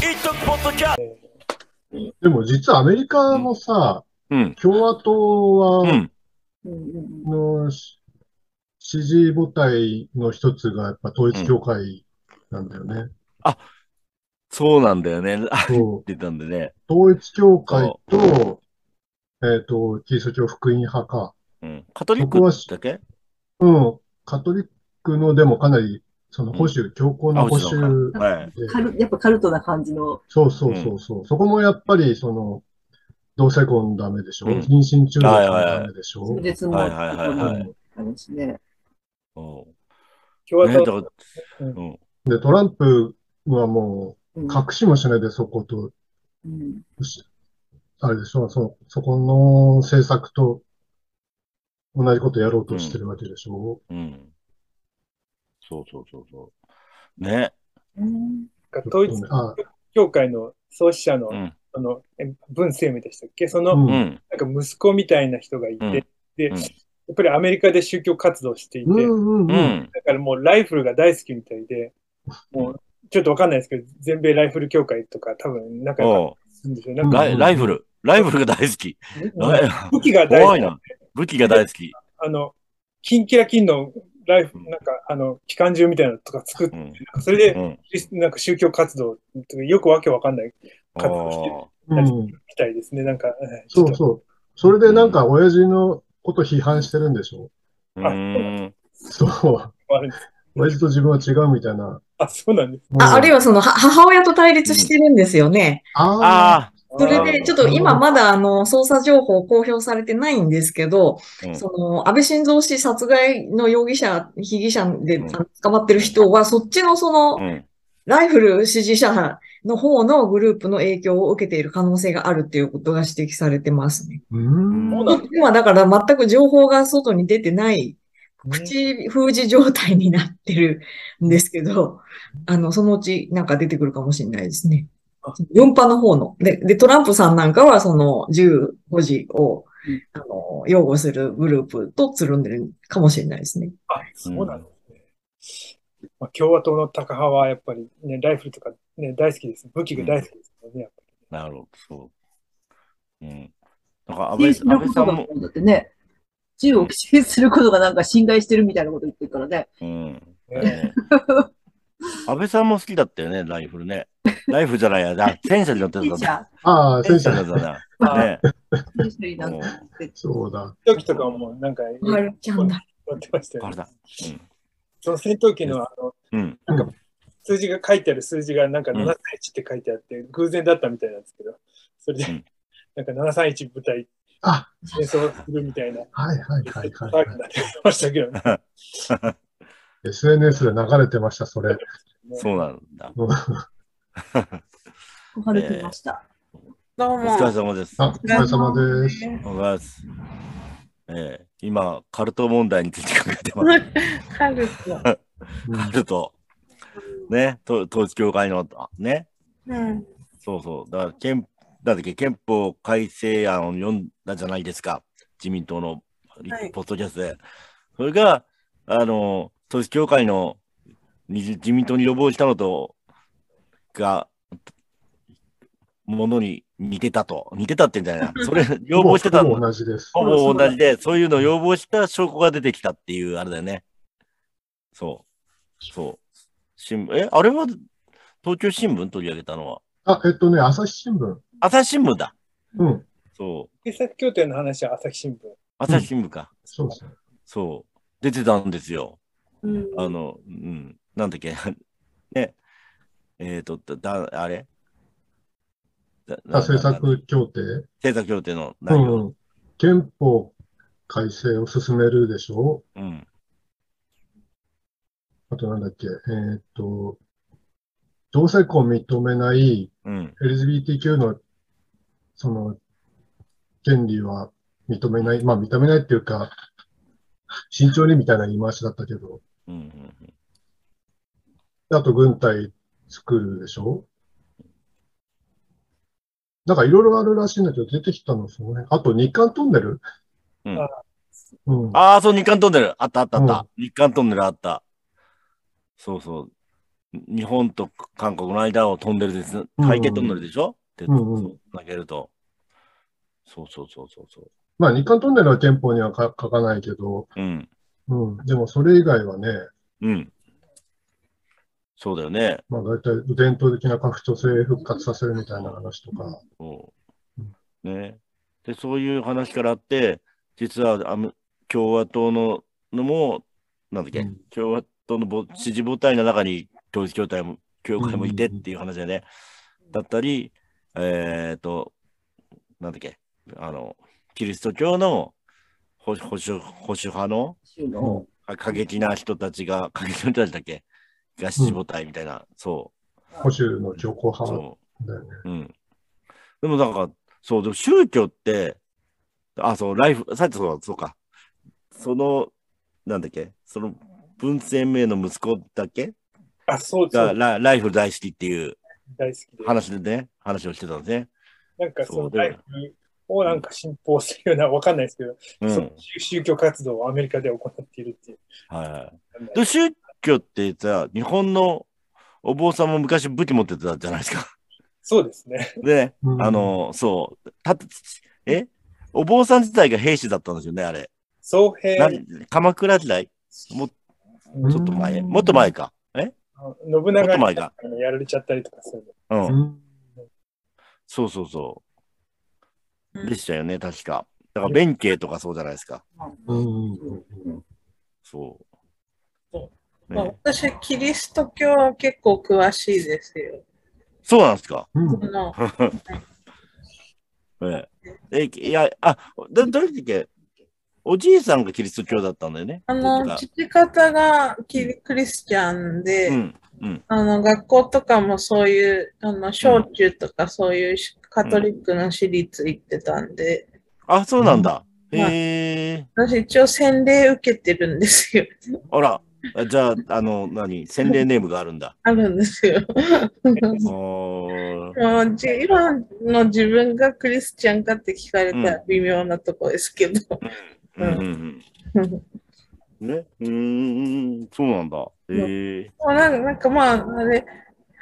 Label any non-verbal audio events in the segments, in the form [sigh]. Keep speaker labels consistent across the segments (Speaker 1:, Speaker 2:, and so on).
Speaker 1: イトポッドキャスト
Speaker 2: でも実はアメリカのさ、
Speaker 1: うん。
Speaker 2: 共和党
Speaker 1: う
Speaker 2: は、
Speaker 1: ん。
Speaker 3: うん
Speaker 2: のし支持母体の一つがやっぱ統一教会なんだよね。
Speaker 1: そうなんだよね。あっ
Speaker 2: そう
Speaker 1: てたんでね。
Speaker 2: 統一教会と、えっと、キリスト教福音派か。
Speaker 1: うん。カトリッ
Speaker 2: 僕は
Speaker 1: クだっけ
Speaker 2: うん、カトリックのでもかなり、その保守、強硬な
Speaker 1: あ
Speaker 2: 保
Speaker 1: うちの
Speaker 2: 守
Speaker 1: かはい。
Speaker 2: で、
Speaker 3: カルやっぱカルトな感じの。
Speaker 2: そうそうそうそう、そこもやっぱり、その、同性婚ダメでしょ、
Speaker 1: うん
Speaker 2: 妊娠中絶
Speaker 1: はいはいはい
Speaker 2: ダメでしょ、
Speaker 3: 別の
Speaker 1: はいはいはいはい
Speaker 2: うん
Speaker 3: 話ね。
Speaker 1: うん
Speaker 4: 共和
Speaker 1: ねだ
Speaker 4: 党
Speaker 1: から
Speaker 4: う
Speaker 1: うんん。
Speaker 2: で、トランプはも
Speaker 3: う
Speaker 2: う、
Speaker 3: ん
Speaker 2: 隠しもしないでそこと、
Speaker 3: うん
Speaker 2: しあれでしょその、そこの政策と同じことやろうとしてるわけでしょ、
Speaker 1: うん。そうそうそうそう。ね。
Speaker 3: うん
Speaker 4: が統一
Speaker 2: あ
Speaker 4: 教会の創始者の
Speaker 1: う、ん。
Speaker 4: あの、え文政明でしたっけそうの、
Speaker 1: う
Speaker 2: ん
Speaker 1: ん。
Speaker 4: なんか息子みたいな人がいて、
Speaker 1: うん
Speaker 4: で、
Speaker 1: うん
Speaker 4: やっぱりアメリカで宗教活動していて、
Speaker 2: うんう
Speaker 1: う
Speaker 2: んうん。
Speaker 1: ん。
Speaker 4: だからもうライフルが大好きみたいで、もうちょっとわかんないですけど、全米ライフル協会とか多分仲良かっ
Speaker 1: おう
Speaker 4: たりするんですよ。なんか
Speaker 1: ライライフル。ライフルが大好き。ライ
Speaker 4: 武器が大
Speaker 1: 怖
Speaker 4: 好
Speaker 1: い
Speaker 4: き。
Speaker 1: な。武器が大好き。
Speaker 4: あの、キンキラキンのライフ、
Speaker 1: うん
Speaker 4: なんかあの、機関銃みたいなのとか作っ
Speaker 1: う
Speaker 4: て、
Speaker 1: ん。
Speaker 4: それで、
Speaker 1: うん。
Speaker 4: なんか宗教活動とかよくわけわかんない活動してる
Speaker 1: お
Speaker 2: うん
Speaker 4: みたいですね。なんか、えーち
Speaker 2: そ
Speaker 4: ょっ
Speaker 2: う
Speaker 4: と
Speaker 2: そう。それでなんか、親父のこと批判してるんでしょ
Speaker 1: ううん。
Speaker 2: そう。
Speaker 4: あるんです
Speaker 2: 親父と自分は違うみたいな。
Speaker 4: あ、そうなんです。
Speaker 2: うん
Speaker 5: ああるいはそのは母親と対立してるんですよね。
Speaker 2: あ
Speaker 1: あ
Speaker 5: それ
Speaker 4: あー
Speaker 5: で、ちょっと今まだあの捜査情報公表されてないんですけど、
Speaker 1: あ。うん
Speaker 5: その安倍晋三氏殺害の容疑者、被疑者で
Speaker 1: うん
Speaker 5: 捕まってる人は、そっちのその
Speaker 1: うん。
Speaker 5: ライフル支持者の方のグループの影響を受けている可能性があるっていうことが指摘されてますね。
Speaker 2: ー。うーん。
Speaker 4: そうなんです
Speaker 5: 今だから全く情報が外に出てない、口封じ状態になってるんですけど、あの、そのうちなんか出てくるかもしれないですね。4波の方の。で、で、トランプさんなんかはその15時を
Speaker 4: うん、
Speaker 5: あの、擁護するグループとつるんでるかもしれないですね。
Speaker 4: あ、そうなんですね。まあ、共和党のタカ派はやっぱりね、ライフルとかね、大好きです。武器が大好きですよね、やっぱ
Speaker 1: なるほど。そう。うん。なんか安倍
Speaker 3: 禁
Speaker 1: 安
Speaker 3: 止の
Speaker 1: 倍
Speaker 3: こ
Speaker 1: さ
Speaker 3: と
Speaker 1: ん
Speaker 3: が
Speaker 1: も、
Speaker 3: だってね、銃を規制することがなんか侵害してるみたいなこと言ってるからね。
Speaker 1: うん。
Speaker 4: りね。
Speaker 1: ね安倍さんも好きだったよね、ライフルね。ライフルじゃないや、だ戦車に乗って
Speaker 3: いい
Speaker 1: た
Speaker 3: じ
Speaker 1: な。
Speaker 3: ゃ
Speaker 2: ああ、
Speaker 1: 戦
Speaker 2: 先
Speaker 1: 車だ
Speaker 2: 生。
Speaker 1: ったな。ね。
Speaker 3: ん。一緒になんか
Speaker 1: も
Speaker 3: 言って
Speaker 2: そうだ。
Speaker 4: 時とかもうなんか、
Speaker 5: あれちゃんだ。
Speaker 4: やってました
Speaker 1: う、あ
Speaker 4: よ
Speaker 1: れ
Speaker 4: ね。
Speaker 1: だ。
Speaker 4: その戦闘機のあの
Speaker 1: うん。
Speaker 4: 数字が書いてある数字がなんか
Speaker 1: うん
Speaker 4: 731って書いてあって、偶然だったみたいなんですけど、それ
Speaker 1: う
Speaker 4: で
Speaker 1: ん、
Speaker 4: なんか731部隊
Speaker 2: あ、
Speaker 4: 戦争するみたいな、
Speaker 2: はいはいはい
Speaker 4: 騒
Speaker 2: はい。
Speaker 4: ぎになってましたけどね。
Speaker 2: SNS で流れてました、それ。
Speaker 1: [laughs] そうなんだ。
Speaker 2: うん
Speaker 3: 小春来ました。
Speaker 6: どう
Speaker 1: お
Speaker 6: も。
Speaker 1: 疲れ様です。
Speaker 2: あ、お疲れ様です。
Speaker 1: お疲れ様です。ええ、今、カルト問題について考えてます。
Speaker 6: カルト。
Speaker 1: カルト。ね、と統一教会の、あね、
Speaker 6: うん。
Speaker 1: そうそう。だから憲、なんだっけ、憲法改正案を読んだじゃないですか。自民党の
Speaker 6: はい
Speaker 1: ポッドキャストで。それが、あの、統一教会のに自民党に予防したのと、が、ものに似てたと。似てたってんじゃないな。そ
Speaker 6: [laughs]
Speaker 1: れ、要望してた
Speaker 2: ほ
Speaker 1: の
Speaker 2: ぼ。同じです。
Speaker 1: ほぼ同じで、そういうのを要望した証拠が出てきたっていう、あれだよね。そう。そう。新聞、え、あれは、東京新聞取り上げたのは。
Speaker 2: あ、えっとね、朝日新聞。
Speaker 1: 朝日新聞だ。
Speaker 2: うん、
Speaker 1: そう。
Speaker 4: 警察協定の話は朝日新聞。
Speaker 1: 朝日新聞か。
Speaker 2: そうですね。
Speaker 1: そう。出てたんですよ。
Speaker 6: うん
Speaker 1: あの、うん。なんだっけ。 [laughs] ね。えっ、と、だ、だあれだ
Speaker 2: あ政
Speaker 1: なんだ
Speaker 2: 策協定。
Speaker 1: 政策協定の
Speaker 2: う
Speaker 1: 内容。
Speaker 2: ん。憲法改正を進めるでしょ
Speaker 1: うん。
Speaker 2: あとなんだっけ。えーっと、同性婚認めない
Speaker 1: うん。
Speaker 2: LGBTQ の、その、権利は認めない、まあ認めないっていうか、慎重にみたいな言い回しだったけど、
Speaker 1: うん。うん。
Speaker 2: あと軍隊作るでしょなんかいろいろあるらしいんだけど、出てきたのその辺。あと日韓トンネル
Speaker 1: うん
Speaker 2: うん。
Speaker 1: ああ、そう、日韓トンネル。あったあったあった。
Speaker 2: う
Speaker 1: 日韓トンネルあった。そうそう。日本と韓国の間を飛んでるです。海底トンネルでしょ、って
Speaker 2: うんうん
Speaker 1: 投げると。そうそうそうそうそ
Speaker 2: まあ、日韓トンネルは憲法にはか書かないけど、
Speaker 1: う。うん。
Speaker 2: うん、でもそれ以外はね、
Speaker 1: うん。そうだよね。
Speaker 2: まあ、大体伝統的な拡張性復活させるみたいな話とか、
Speaker 1: そうね、でそういう話からあって、実はあの共和党ののも、なんだっけ、
Speaker 2: うん
Speaker 1: 共和党のぼ支持母体の中に統一教会も教会もいてっていう話でね、だったり、えっ、と、なんだっけ、あの、キリスト教の保保守保守派の
Speaker 3: 州の。
Speaker 1: あ過激な人たちが、過激な人たちだっけが支持母体みたいな、そ
Speaker 2: 保守の強硬
Speaker 1: う、そう
Speaker 2: 派。だよね。
Speaker 1: うん。でもなんか、そう、でも宗教って、あ、そう、ライフ、さっきそうだ、そうか。その、なんだっけ、その、文鮮明の息子だっけ
Speaker 4: あ、そうそ
Speaker 1: が
Speaker 4: う、
Speaker 1: ラライフル大好きっていう
Speaker 4: 大好きで。
Speaker 1: 話でね、話をしてたんですね。
Speaker 4: なんかそ
Speaker 1: そう
Speaker 4: の
Speaker 1: で
Speaker 4: ライフをなんか信奉するような、わかんないですけど、
Speaker 1: う
Speaker 4: その
Speaker 1: ん。
Speaker 4: 宗宗教活動をアメリカで行っているっていう。
Speaker 1: はいはい。でも宗教ってさ、日本のお坊さんも昔武器持ってたじゃないですか。
Speaker 4: そうですね。
Speaker 1: で、ね
Speaker 2: うん
Speaker 1: あの、そう、た、えお坊さん自体が兵士だったんですよね、あれ。
Speaker 4: 総平
Speaker 1: な、鎌倉時代もうちょっと前、
Speaker 2: うん
Speaker 1: もっと前か。え
Speaker 4: 信
Speaker 1: もっと
Speaker 4: 長
Speaker 1: 前
Speaker 4: に
Speaker 1: か。
Speaker 4: やられちゃったりとかする
Speaker 1: う。
Speaker 2: うんん
Speaker 1: そうそうそう。でしたよね、確か。だから、弁慶とかそうじゃないですか。
Speaker 2: うんうん
Speaker 1: そう。
Speaker 6: まあ
Speaker 1: ね、
Speaker 6: 私、キリスト教は結構詳しいですよ。
Speaker 1: そうなんですか。
Speaker 2: うん
Speaker 6: その
Speaker 1: ええ、えいや、あ、だどれだっけおじいさんがキリスト教だったんだよね。
Speaker 6: あ
Speaker 1: 僕
Speaker 6: の
Speaker 1: が
Speaker 6: 父方がキリクリスチャンで、
Speaker 1: うん、うん、
Speaker 6: あの学校とかもそういうあの小中とかそういうしカトリックの私立行ってたんで、
Speaker 1: あ、そうなんだ。
Speaker 6: うん
Speaker 1: へえ、
Speaker 6: 私一応洗礼受けてるんですよ。 [laughs]
Speaker 1: あら、あじゃあ、あの、何、洗礼ネームがあるんだ。
Speaker 6: あるんですよ。
Speaker 1: おー
Speaker 6: もうじ今の自分がクリスチャンかって聞かれたら微妙なとこですけど。
Speaker 1: うん、うん、うん。ね、うーん、そうなんだ。へえ、
Speaker 6: もうなんかなんかまあ、あれ、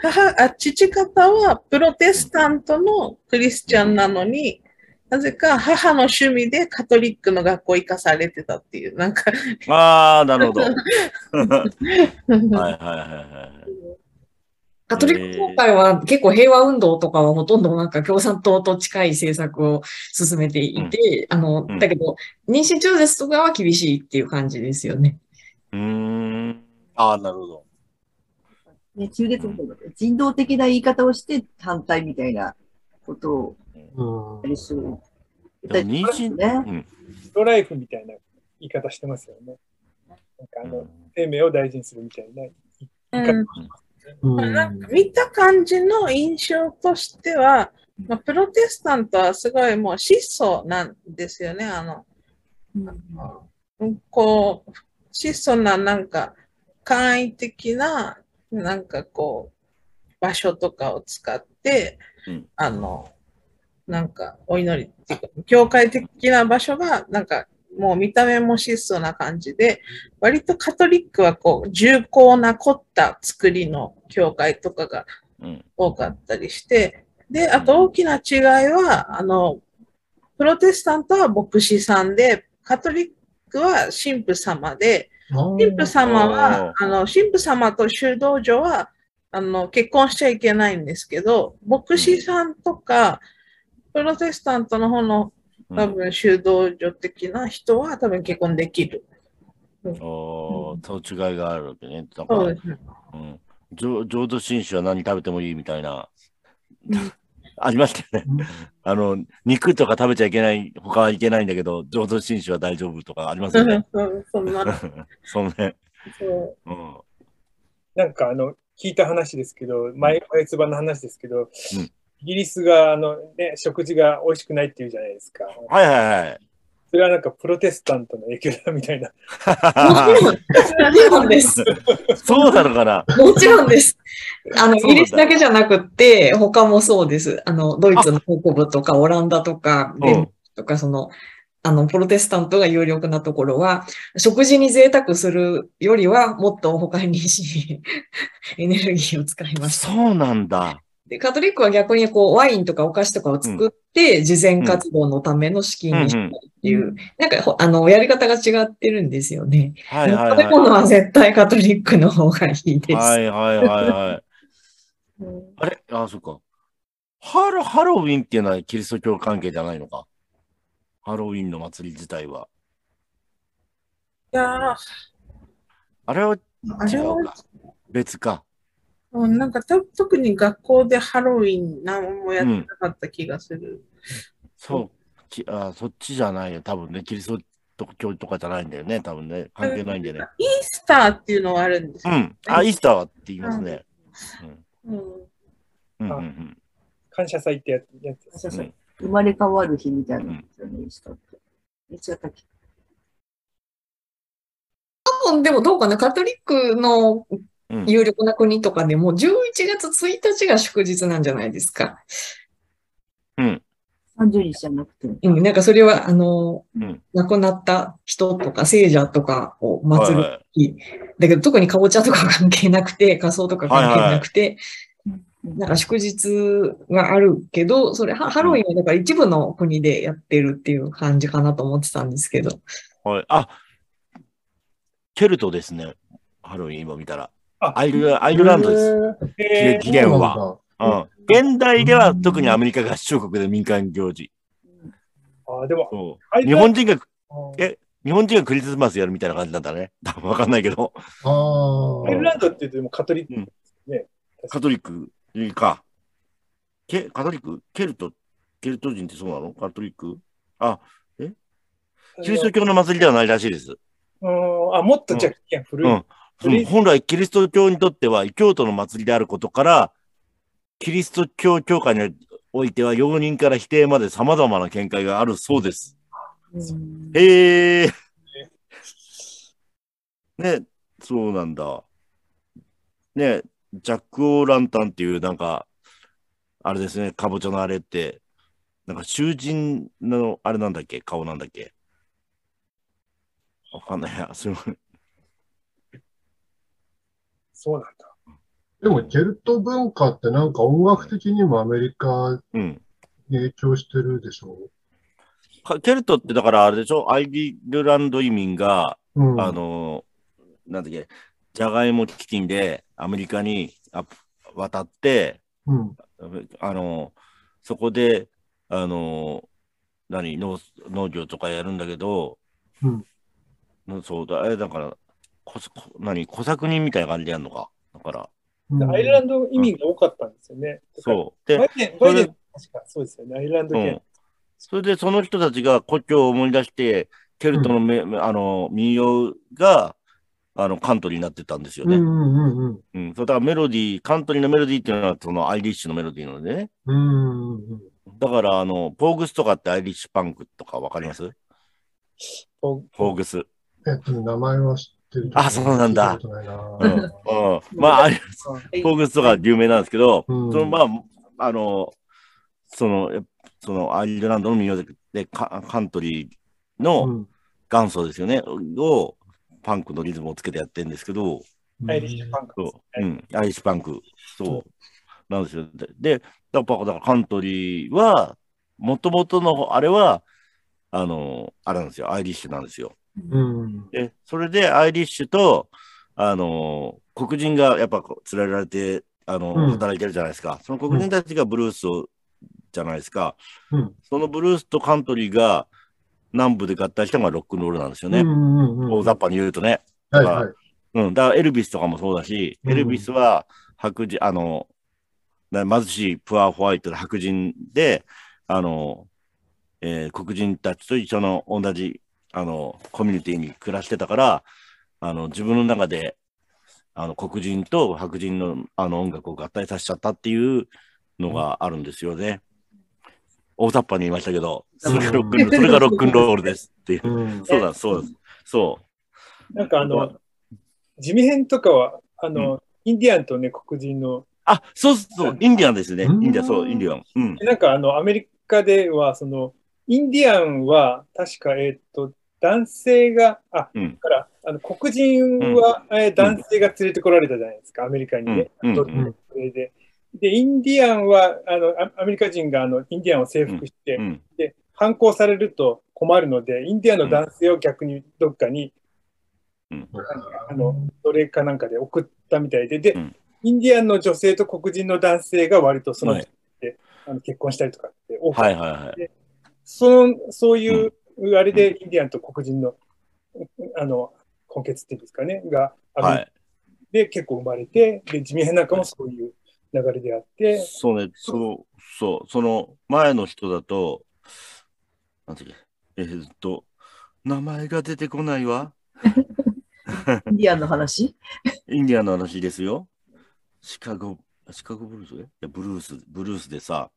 Speaker 6: 母、あ、父方はプロテスタントのクリスチャンなのに、なぜか母の趣味でカトリックの学校行かされてたっていう、なんか、
Speaker 1: ああ、なるほど。はいはいはいはい。
Speaker 5: カトリック教会は結構平和運動とかはほとんどなんか共産党と近い政策を進めていて、あの
Speaker 1: うん、
Speaker 5: だけど、妊娠中絶とかは厳しいっていう感じですよね。
Speaker 1: うーん。ああ、なるほど。
Speaker 3: ね、中絶みたいな人道的な言い方をして反対みたいなことを
Speaker 2: うん
Speaker 3: やりそう。
Speaker 1: でも妊娠
Speaker 3: ね。
Speaker 1: うん。
Speaker 4: ストライフみたいな言い方してますよね。なんかあの、生命を大事にするみたいな。
Speaker 6: うん、
Speaker 2: うん
Speaker 6: なんか見た感じの印象としては、まあ、プロテスタントはすごいもう質素なんですよね、あの、うんこう、質素ななんか簡易的ななんかこう場所とかを使って、
Speaker 1: うん
Speaker 6: あの、なんかお祈りっていうか、教会的な場所がなんかもう見た目も質素な感じで、割とカトリックはこう重厚な凝った作りの教会とかが
Speaker 1: うん。
Speaker 6: 多かったりして、で、あと大きな違いは、あの、プロテスタントは牧師さんで、カトリックは神父様で、神父様は、あの、神父様と修道女は、あの、結婚しちゃいけないんですけど、牧師さんとか、プロテスタントの方の
Speaker 1: うん
Speaker 6: 多分修道女的な人は多分結婚できる。
Speaker 1: おー、そう違いがあるわけね。だか
Speaker 6: そう
Speaker 1: ら、
Speaker 6: ですね。
Speaker 1: うん。浄浄土真宗は何食べてもいいみたいな。ありましたよね。あの、肉とか食べちゃいけない、他はいけないんだけど、浄土真宗は大丈夫とかありますよね。
Speaker 6: [laughs] そうそんな、
Speaker 1: そのね。
Speaker 6: そう。
Speaker 1: うん。
Speaker 4: なんかあの、聞いた話ですけど、前、前つばの話ですけ
Speaker 1: ん
Speaker 4: ど、イギリスがあの、ね、食事が美味しくないっていうじゃないですか。
Speaker 1: はいはいはい。
Speaker 4: それはなんかプロテスタントの影響だみたいな。
Speaker 5: もちろんです。
Speaker 1: [laughs] そうなのか [laughs] な
Speaker 5: もちろんです。あの、イ
Speaker 1: そうなんだ
Speaker 5: ギリスだけじゃなくって、他もそうです。あの、ドイツの北部とか、オランダとか、
Speaker 1: う
Speaker 5: デンマー
Speaker 1: ん
Speaker 5: クとか、その、あの、プロテスタントが有力なところは、食事に贅沢するよりは、もっと他に [laughs] しエネルギーを使いました。
Speaker 1: そうなんだ。
Speaker 5: で、カトリックは逆にこう、ワインとかお菓子とかを作って、慈善活動のための資金にしたりっていう、
Speaker 6: うんうん
Speaker 5: なんかほ、あの、やり方が違ってるんですよね。
Speaker 1: はいはい
Speaker 5: 食べ
Speaker 1: は
Speaker 5: 物は絶対カトリックの方がいいで
Speaker 1: い。
Speaker 5: す。
Speaker 1: はいはいはいはい。
Speaker 6: うん
Speaker 1: あれあ、そっか。ハロ、ハロウィンっていうのはキリスト教関係じゃないのか。ハロウィンの祭り自体は。
Speaker 6: いやー
Speaker 1: あれは
Speaker 6: あ
Speaker 1: 違
Speaker 6: れは
Speaker 1: うか。別か。
Speaker 6: うん、なんかた特に学校でハロウィン何もやってなかった気がする。
Speaker 1: そう。きあそっちじゃないよ。多分ね、キリスト教とかじゃないんだよね。多分ね。関係ないんだよね。
Speaker 6: イースターっていうのはあるんです
Speaker 1: う
Speaker 6: よ。
Speaker 1: ん。あ、イースターはって言いますね。
Speaker 6: う
Speaker 1: う
Speaker 6: ん
Speaker 1: んうん
Speaker 4: あ
Speaker 1: うん
Speaker 4: 感謝祭ってやつやつです。
Speaker 3: そうそう
Speaker 1: うん
Speaker 3: 生まれ変わる日みたいなことにしたって。いつやったっけ
Speaker 5: 多分でもどうかな、カトリックの
Speaker 1: うん。
Speaker 5: 有力な国とかでも、11月1日が祝日なんじゃないですか。
Speaker 3: ?30 日じゃなくて。
Speaker 5: うん、なんかそれは、あの、
Speaker 1: うん
Speaker 5: 亡くなった人とか、聖者とかを
Speaker 1: はい
Speaker 5: 祀る
Speaker 1: はい
Speaker 5: 日。だけど、特にかぼちゃとか関係なくて、 [laughs] 仮装とか関係なくて、なんか祝日があるけど、それ、ハハロウィンはだから一部の国でやってるっていう感じかなと思ってたんですけど。
Speaker 1: はい。あ、ケルトですね。ハロウィン今見たら。
Speaker 4: あ
Speaker 1: アイルアイルランドです。
Speaker 4: す。
Speaker 1: 起
Speaker 4: えー
Speaker 1: 起源
Speaker 2: そう
Speaker 1: は。
Speaker 2: なんだ
Speaker 1: うん。現代では特にアメリカ合衆国で民間行事。
Speaker 4: あーでも、
Speaker 1: そ
Speaker 4: ア
Speaker 1: う。
Speaker 4: イル
Speaker 1: 日
Speaker 4: ラン
Speaker 1: 本人が、
Speaker 4: ド
Speaker 1: え日本人がクリスマスやるみたいな感じなんだね。多分わかんないけど。
Speaker 2: あ
Speaker 4: アイルラ
Speaker 2: あ。
Speaker 4: ンドって言うとでもカトリック、
Speaker 1: カトリックか。ケカトリックケルトケルト人ってそうなのカトリックあ、キリスト教の祭りではないらしいです。
Speaker 4: うん、あ、もっとじゃあ、いや古い。
Speaker 1: うんうん本来キリスト教にとっては異教徒の祭りであることから、キリスト教教会においては容認から否定まで様々な見解があるそうです。
Speaker 3: うん
Speaker 1: へえ。ね、そうなんだ。ね、ジャック・オー・ランタンっていうなんか、あれですね、かぼちゃのあれって、なんか囚人のあれなんだっけ顔なんだっけわかんないや、すいません。
Speaker 4: そうなんだ。
Speaker 2: でも、ケルト文化ってなんか音楽的にもアメリカ
Speaker 1: うん。
Speaker 2: に影響してるでしょ
Speaker 1: かケルトってだからあれでしょアイルランド移民が、
Speaker 2: う。うん。
Speaker 1: あのーなんだっけ、ジャガイモ基金でアメリカにあ渡って、
Speaker 2: うん。
Speaker 1: あの、そこで、あの、何、農農業とかやるんだけど、
Speaker 2: うん
Speaker 1: のそうだ、あれだから、こそこ何、小作人みたいな感じでやるのか。だから、
Speaker 2: うん
Speaker 4: アイルランド移民が多かったんですよね。
Speaker 1: そう。
Speaker 4: バ
Speaker 1: で、
Speaker 4: イデン、
Speaker 1: そ
Speaker 4: バ
Speaker 1: れ
Speaker 4: イ
Speaker 1: で
Speaker 4: デン、確かそうですよね。アイルランド
Speaker 1: う
Speaker 4: 系。
Speaker 1: ん。それで、その人たちが故郷を思い出して、ケルトのめ、あの民謡が、あの、カントリーになってたんですよ
Speaker 2: うん
Speaker 1: ね。
Speaker 2: うんうん
Speaker 1: うん。そうだからメロディー、カントリーのメロディーっていうのは、そのアイリッシュのメロディーなのでね。
Speaker 2: うん。うんうんうん。
Speaker 1: だから、あの、ポーグスとかってアイリッシュパンクとかわかります
Speaker 4: こう
Speaker 1: ポーグス。
Speaker 2: えっと、名前は知ってるけど。
Speaker 1: あそうなんだ
Speaker 2: 聞いたことないな
Speaker 1: うんうんまあ、あれフォークスとか有名なんですけど、
Speaker 2: うん
Speaker 1: そのまあ、あの、その、やっぱそのアイルランドの民謡でカカントリー
Speaker 2: う
Speaker 1: の
Speaker 2: ん
Speaker 1: 元祖ですよね、をパンクのリズムをつけてやってるんですけど、
Speaker 4: アイリッシュパンクです
Speaker 1: そう、
Speaker 4: ね。
Speaker 1: うん、アイリッシュパンク、そう、なんですよ。で、でやっぱだからカントリーは、もともとのあれは、あの、あれなんですよ、アイリッシュなんですよ。
Speaker 2: うん。
Speaker 1: で、それでアイリッシュと、あのー黒人がやっぱこう連れられて、あのー
Speaker 2: うん
Speaker 1: 働いてるじゃないですか。その黒人たちがブルースを、じゃないですか。
Speaker 2: うん
Speaker 1: そのブルースとカントリーが南部で合体したのがロックンロールなんですよ
Speaker 2: うん
Speaker 1: ね。
Speaker 2: うんうん。
Speaker 1: 大雑把に言うとね。
Speaker 2: はいはい。
Speaker 1: うん。だからエルビスとかもそうだし、
Speaker 2: うん
Speaker 1: エルビスは白人、あのー、な貧しいプアホワイトの白人で、あのー、えー黒人たちと一緒の同じあの、コミュニティに暮らしてたから、あの、自分の中で、あの、黒人と白人のあの音楽を合体させちゃったっていうのがあるんですよね。大雑把に言いましたけど、それがロックンロール、それがロックンロールですってい
Speaker 2: [laughs]
Speaker 1: う。
Speaker 2: うん。
Speaker 1: そうだ、そうです。そ
Speaker 4: なんかあの、地味編とかは、あの、インディアンとね、黒人の、
Speaker 1: う。あ、そうそう、インディアンですね。イ
Speaker 2: うん
Speaker 1: ンディアン、そう、インディアン。うん。
Speaker 4: なんかあの、アメリカでは、その、インディアンは、確か、えっ、と、男性が、あ、
Speaker 1: うん
Speaker 4: だから、あの黒人は、えー男性が連れてこられたじゃないですか、アメリカにね。
Speaker 1: うん
Speaker 4: ドルでそれで。で、インディアンは、あの、アアメリカ人が、あの、インディアンを征服して、
Speaker 1: うん。
Speaker 4: で、反抗されると困るので、インディアンの男性を逆にどっかに、
Speaker 1: うん
Speaker 4: あの、奴隷かなんかで送ったみたいで、で、
Speaker 1: うん
Speaker 4: インディアンの女性と黒人の男性が割とその、
Speaker 1: はい
Speaker 4: あの結婚したりとかって多かった
Speaker 1: はいはいはい。
Speaker 4: その、そういう、あれで、インディアンと黒人の、あの、根血っていうんですかね、が、
Speaker 1: は
Speaker 4: あ
Speaker 1: い。
Speaker 4: で結構生まれて、で、地味編なんかもそういう流れであって、
Speaker 1: そうね、そう、そう、その前の人だと、なんていうかえーっと、名前が出てこないわ。
Speaker 3: インディアンの話
Speaker 1: インディアンの話ですよ。シカゴ、シカゴブルースいや、ブルース、ブルースでさ、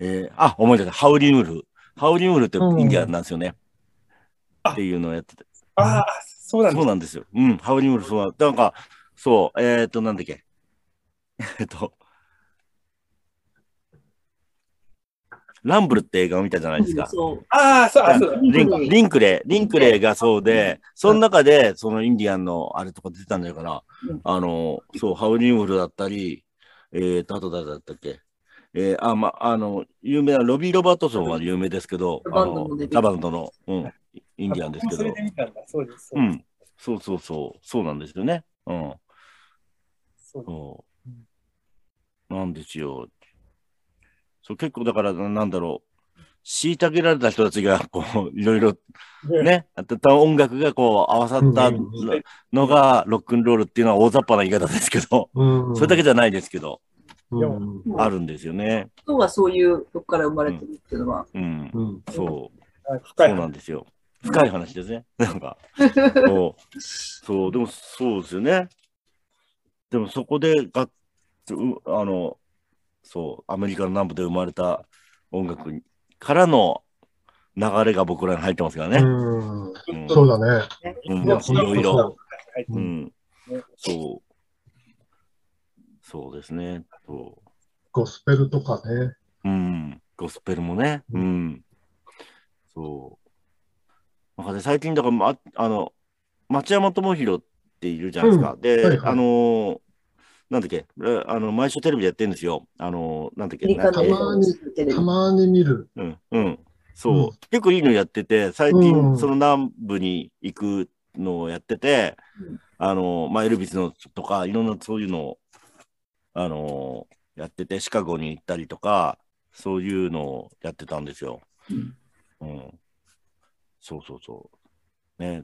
Speaker 1: えーあ、思い出した。ハウリングウルフ。ハウリングウルフって
Speaker 5: うん
Speaker 1: インディアンなんですよね。
Speaker 4: あ
Speaker 1: っていうのをやってて。
Speaker 4: ああ、そうなん
Speaker 1: [laughs] そう
Speaker 4: だ。
Speaker 1: なんですよ。うん、ハウリングウルフは、なんか、そう、えーっと、なんだっけ。 [laughs] えーっと、ランブルって映画を見たじゃないですか。
Speaker 3: そう。
Speaker 4: ああ、そう、あそうだ。
Speaker 1: リンリンクレイ、リンクレイがそうで、その中で、そのインディアンのあれとか出てたんじゃないかな
Speaker 3: うん。
Speaker 1: あの、そう、ハウリンウルだったり、えーと、あと誰だったっけ。えーあ、ま、あの、有名なロビー・ロバートソンは有名ですけど、
Speaker 3: ラ
Speaker 1: あ
Speaker 3: バンドも
Speaker 1: の
Speaker 3: 出て、る
Speaker 1: ラバンドの、うん、インディアンですけ
Speaker 4: それ
Speaker 1: ど
Speaker 4: で、見たんだ。そうです。そう
Speaker 1: う
Speaker 4: です
Speaker 1: ん、そうそうそう、そうなんですよね。うん、
Speaker 4: そうです
Speaker 1: そう。なんですよ。そう、結構だから、ななんだろう、虐げられた人たちが、こう、い [laughs] ろいろね、あとた音楽がこう合わさった
Speaker 2: うんうん
Speaker 4: うん
Speaker 1: のがロックンロールっていうのは大雑把な言い方ですけど、
Speaker 2: うん。
Speaker 1: それだけじゃないですけど、
Speaker 2: うん。うん。
Speaker 3: うん
Speaker 1: あるんですよね。
Speaker 3: 人はそういうとこから生まれてるっていうのは。
Speaker 1: うん、
Speaker 2: うん。
Speaker 1: そう、
Speaker 4: はい深
Speaker 1: そう
Speaker 4: い。
Speaker 1: なんですよ。深い話ですね。なんか、 [laughs] そう、そう、でもそうですよね。でもそこでがっ、うあの、そう、アメリカの南部で生まれた音楽にからの流れが僕らに入ってますからね。
Speaker 2: うん
Speaker 1: うん、
Speaker 2: そうだね。
Speaker 1: うん、い
Speaker 4: いやそんな
Speaker 1: ろいろ。う
Speaker 2: うん
Speaker 4: ね。
Speaker 1: そう。そうですね。そ
Speaker 2: ゴスペルとかね。
Speaker 1: う。うん。ゴスペルもね。う。
Speaker 2: うん
Speaker 1: そう。なんかね、最近だから、ま、あの、町山智博っているじゃないですか。で、
Speaker 2: はいはい
Speaker 1: あのーなんだっけ、えあの、毎週テレビでやってるんですよ。あのーなんだっけ、
Speaker 3: アメリカ
Speaker 1: な
Speaker 3: の
Speaker 1: ん
Speaker 2: た
Speaker 1: だ
Speaker 2: まに
Speaker 3: テレビ
Speaker 2: た。まに見る。
Speaker 1: うん、うん。そう、
Speaker 2: うん
Speaker 1: 結構いいのやってて、最近、
Speaker 2: うん
Speaker 1: その南部に行くのをやってて、
Speaker 3: うん
Speaker 1: あの、まあ、エルビスのとか、いろんなそういうのを、あの、やってて、シカゴに行ったりとか、そういうのをやってたんですよ。うん。そうそうそう。ね。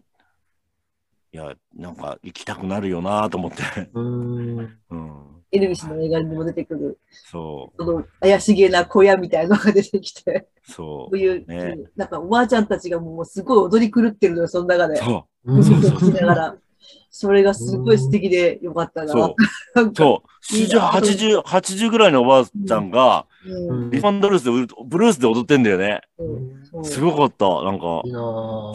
Speaker 1: いや、なんか行きたくなるよなと思って。 [laughs]
Speaker 2: うん。
Speaker 1: うん。
Speaker 3: エルビスの映画にも出てくる、
Speaker 1: そ
Speaker 3: その怪しげな小屋みたいなのが出てきて、
Speaker 1: う、そ
Speaker 3: こういう、
Speaker 1: ね
Speaker 3: なんかおばあちゃんたちがもうすごい踊り狂ってるのよ、その中
Speaker 1: う。
Speaker 3: で。
Speaker 1: そう。
Speaker 2: うん
Speaker 1: そうそう
Speaker 3: しながら。それがすごい素敵でよかったな。
Speaker 1: そう。
Speaker 3: なんか
Speaker 1: そう。70、80、80ぐらいのおばあちゃんが、
Speaker 3: うん
Speaker 1: リファンドルースでう、ブルースで踊ってんだよね。
Speaker 3: うんそう
Speaker 1: すごかった。なんか
Speaker 2: いい、な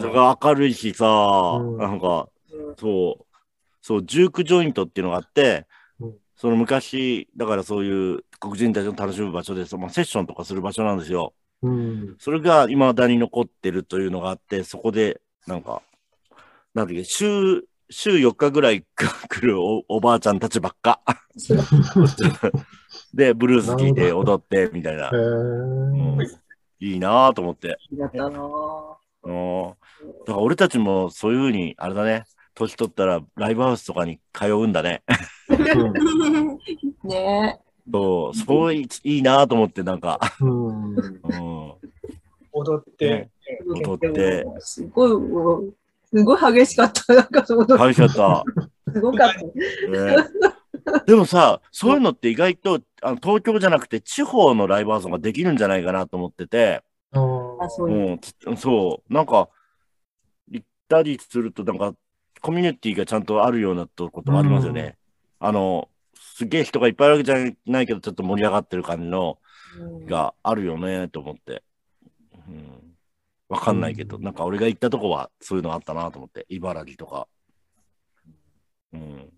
Speaker 1: それ
Speaker 2: ぁ。
Speaker 1: が明るいしさ、
Speaker 2: うん
Speaker 1: なんか、
Speaker 3: うん
Speaker 1: そう、そう、ジュークジョイントっていうのがあって
Speaker 2: うん、
Speaker 1: その昔、だからそういう黒人たちの楽しむ場所で、そまあ、セッションとかする場所なんですよ。
Speaker 2: うん。
Speaker 1: それが未だに残ってるというのがあって、そこで、なんか、なんだっけ、週、週4日ぐらい [laughs] 来るおおばあちゃんたちばっか。で、ブルース聴いて踊って、みたいな
Speaker 2: へ。
Speaker 1: うん
Speaker 2: ぇ
Speaker 1: いいなぁと思って。
Speaker 3: だっ
Speaker 1: うん
Speaker 3: たな。
Speaker 1: だから俺たちもそういうふうに、あれだね、年取ったらライブハウスとかに通うんだね。
Speaker 3: ね
Speaker 1: そう、そういいいなぁと思って、なんか、
Speaker 2: うん。うん
Speaker 1: うん、
Speaker 4: 踊っ
Speaker 1: ね
Speaker 4: て、
Speaker 3: え。
Speaker 1: 踊って。
Speaker 3: すごい、うんすごい激しかった。 [laughs] なんかその、
Speaker 1: 楽しかった。
Speaker 3: すごかった。
Speaker 1: ねでもさ、そういうのって意外とあの東京じゃなくて地方のライブハウスができるんじゃないかなと思ってて、
Speaker 2: あー
Speaker 3: あそういう。
Speaker 1: うん、つそう、なんか、行ったりすると、なんか、コミュニティがちゃんとあるようなとこともありますよね。あの、すげえ人がいっぱいいるわけじゃないけど、ちょっと盛り上がってる感じのがあるよね、と思って。うん。わかんないけど、なんか俺が行ったとこはそういうのあったなと思って、茨城とか。うん。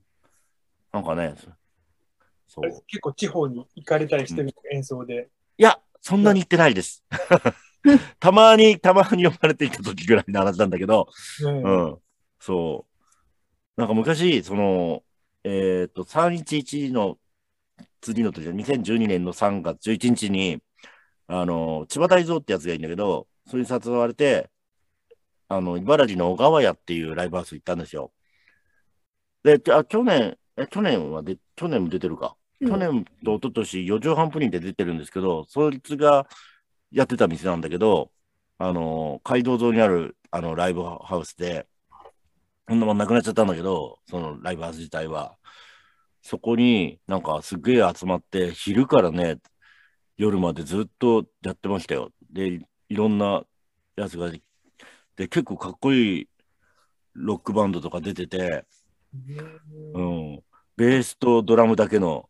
Speaker 1: なんかね、そう。
Speaker 4: 結構地方に行かれたりしてる、演奏で。
Speaker 1: いや、そんなに行ってないです。たまに、たまに呼ばれていた時ぐらいの話なんだけど、
Speaker 4: うん
Speaker 1: うん。そう。なんか昔、その、えーっと、311の次の時は2012年の3月11日に、あの、千葉大蔵ってやつがいいんだけど、それに誘われて、あの、茨城の小川屋っていうライブハウス行ったんですよ。で、あ去年、え、去年はで、去年も出てるか。
Speaker 6: うん
Speaker 1: 去年と一昨年四畳半プリンで出てるんですけど、そいつがやってた店なんだけど、あの、街道沿いにある、あの、ライブハウスで、こんなもんなくなっちゃったんだけど、そのライブハウス自体は。そこになんかすっげえ集まって、昼からね、夜までずっとやってましたよ。で、いいろんなやつが、で、結構かっこいいロックバンドとか出てて、うん、ベースとドラムだけの、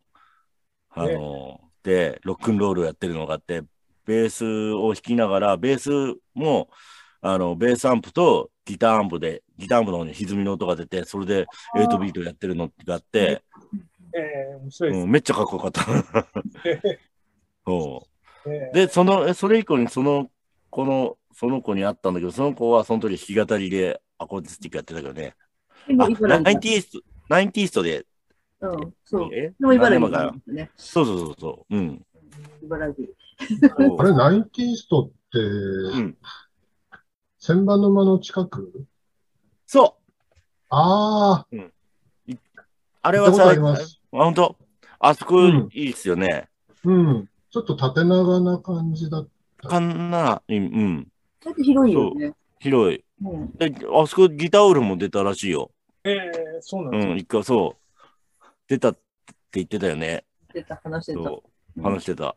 Speaker 1: あの、で、ロックンロールをやってるのがあって、ベースを弾きながら、ベースも、あの、ベースアンプとギターアンプで、ギターアンプの方に歪みの音が出て、それで8ビートやってるのがあって、
Speaker 4: ええ面白いで
Speaker 1: う
Speaker 4: す
Speaker 1: ん、めっちゃかっこよかった。 [laughs]
Speaker 4: ね。
Speaker 1: そう
Speaker 4: ええ
Speaker 1: で、その、えそれ以降にその、この、その子に会ったんだけど、その子はその時弾き語りでアコースティックやってたけどね。
Speaker 3: でも
Speaker 1: あ、
Speaker 3: 茨
Speaker 1: ナ
Speaker 3: 城
Speaker 1: インティースト、ナインティーストで、
Speaker 3: うん、そう。で
Speaker 1: え
Speaker 3: も茨
Speaker 1: 何年
Speaker 3: 城
Speaker 1: 前か
Speaker 3: な
Speaker 1: なん
Speaker 3: ですね。
Speaker 1: そうそうそうそう。うん。
Speaker 3: 茨城。
Speaker 1: そう
Speaker 2: あれ、ナインティーストって、
Speaker 1: うん
Speaker 2: 千葉沼の近く
Speaker 1: そう
Speaker 2: ああ、
Speaker 1: あ
Speaker 2: あ
Speaker 1: れは
Speaker 2: こと
Speaker 1: さ、
Speaker 2: あ
Speaker 1: あ
Speaker 2: ります。
Speaker 1: 本当あそこ
Speaker 2: うん
Speaker 1: いいっすよね。
Speaker 2: うん。ちょっと縦長な感じだっ
Speaker 1: かんな、うんうん。
Speaker 3: だって広いよね。
Speaker 1: 広い。
Speaker 3: うん。
Speaker 1: で、あそこギターオールも出たらしいよ。
Speaker 4: ええそうなん
Speaker 1: う
Speaker 4: ですよ。
Speaker 1: ん、一回そう。出たって言ってたよね。
Speaker 3: 出た話してた。
Speaker 1: そう。話してた。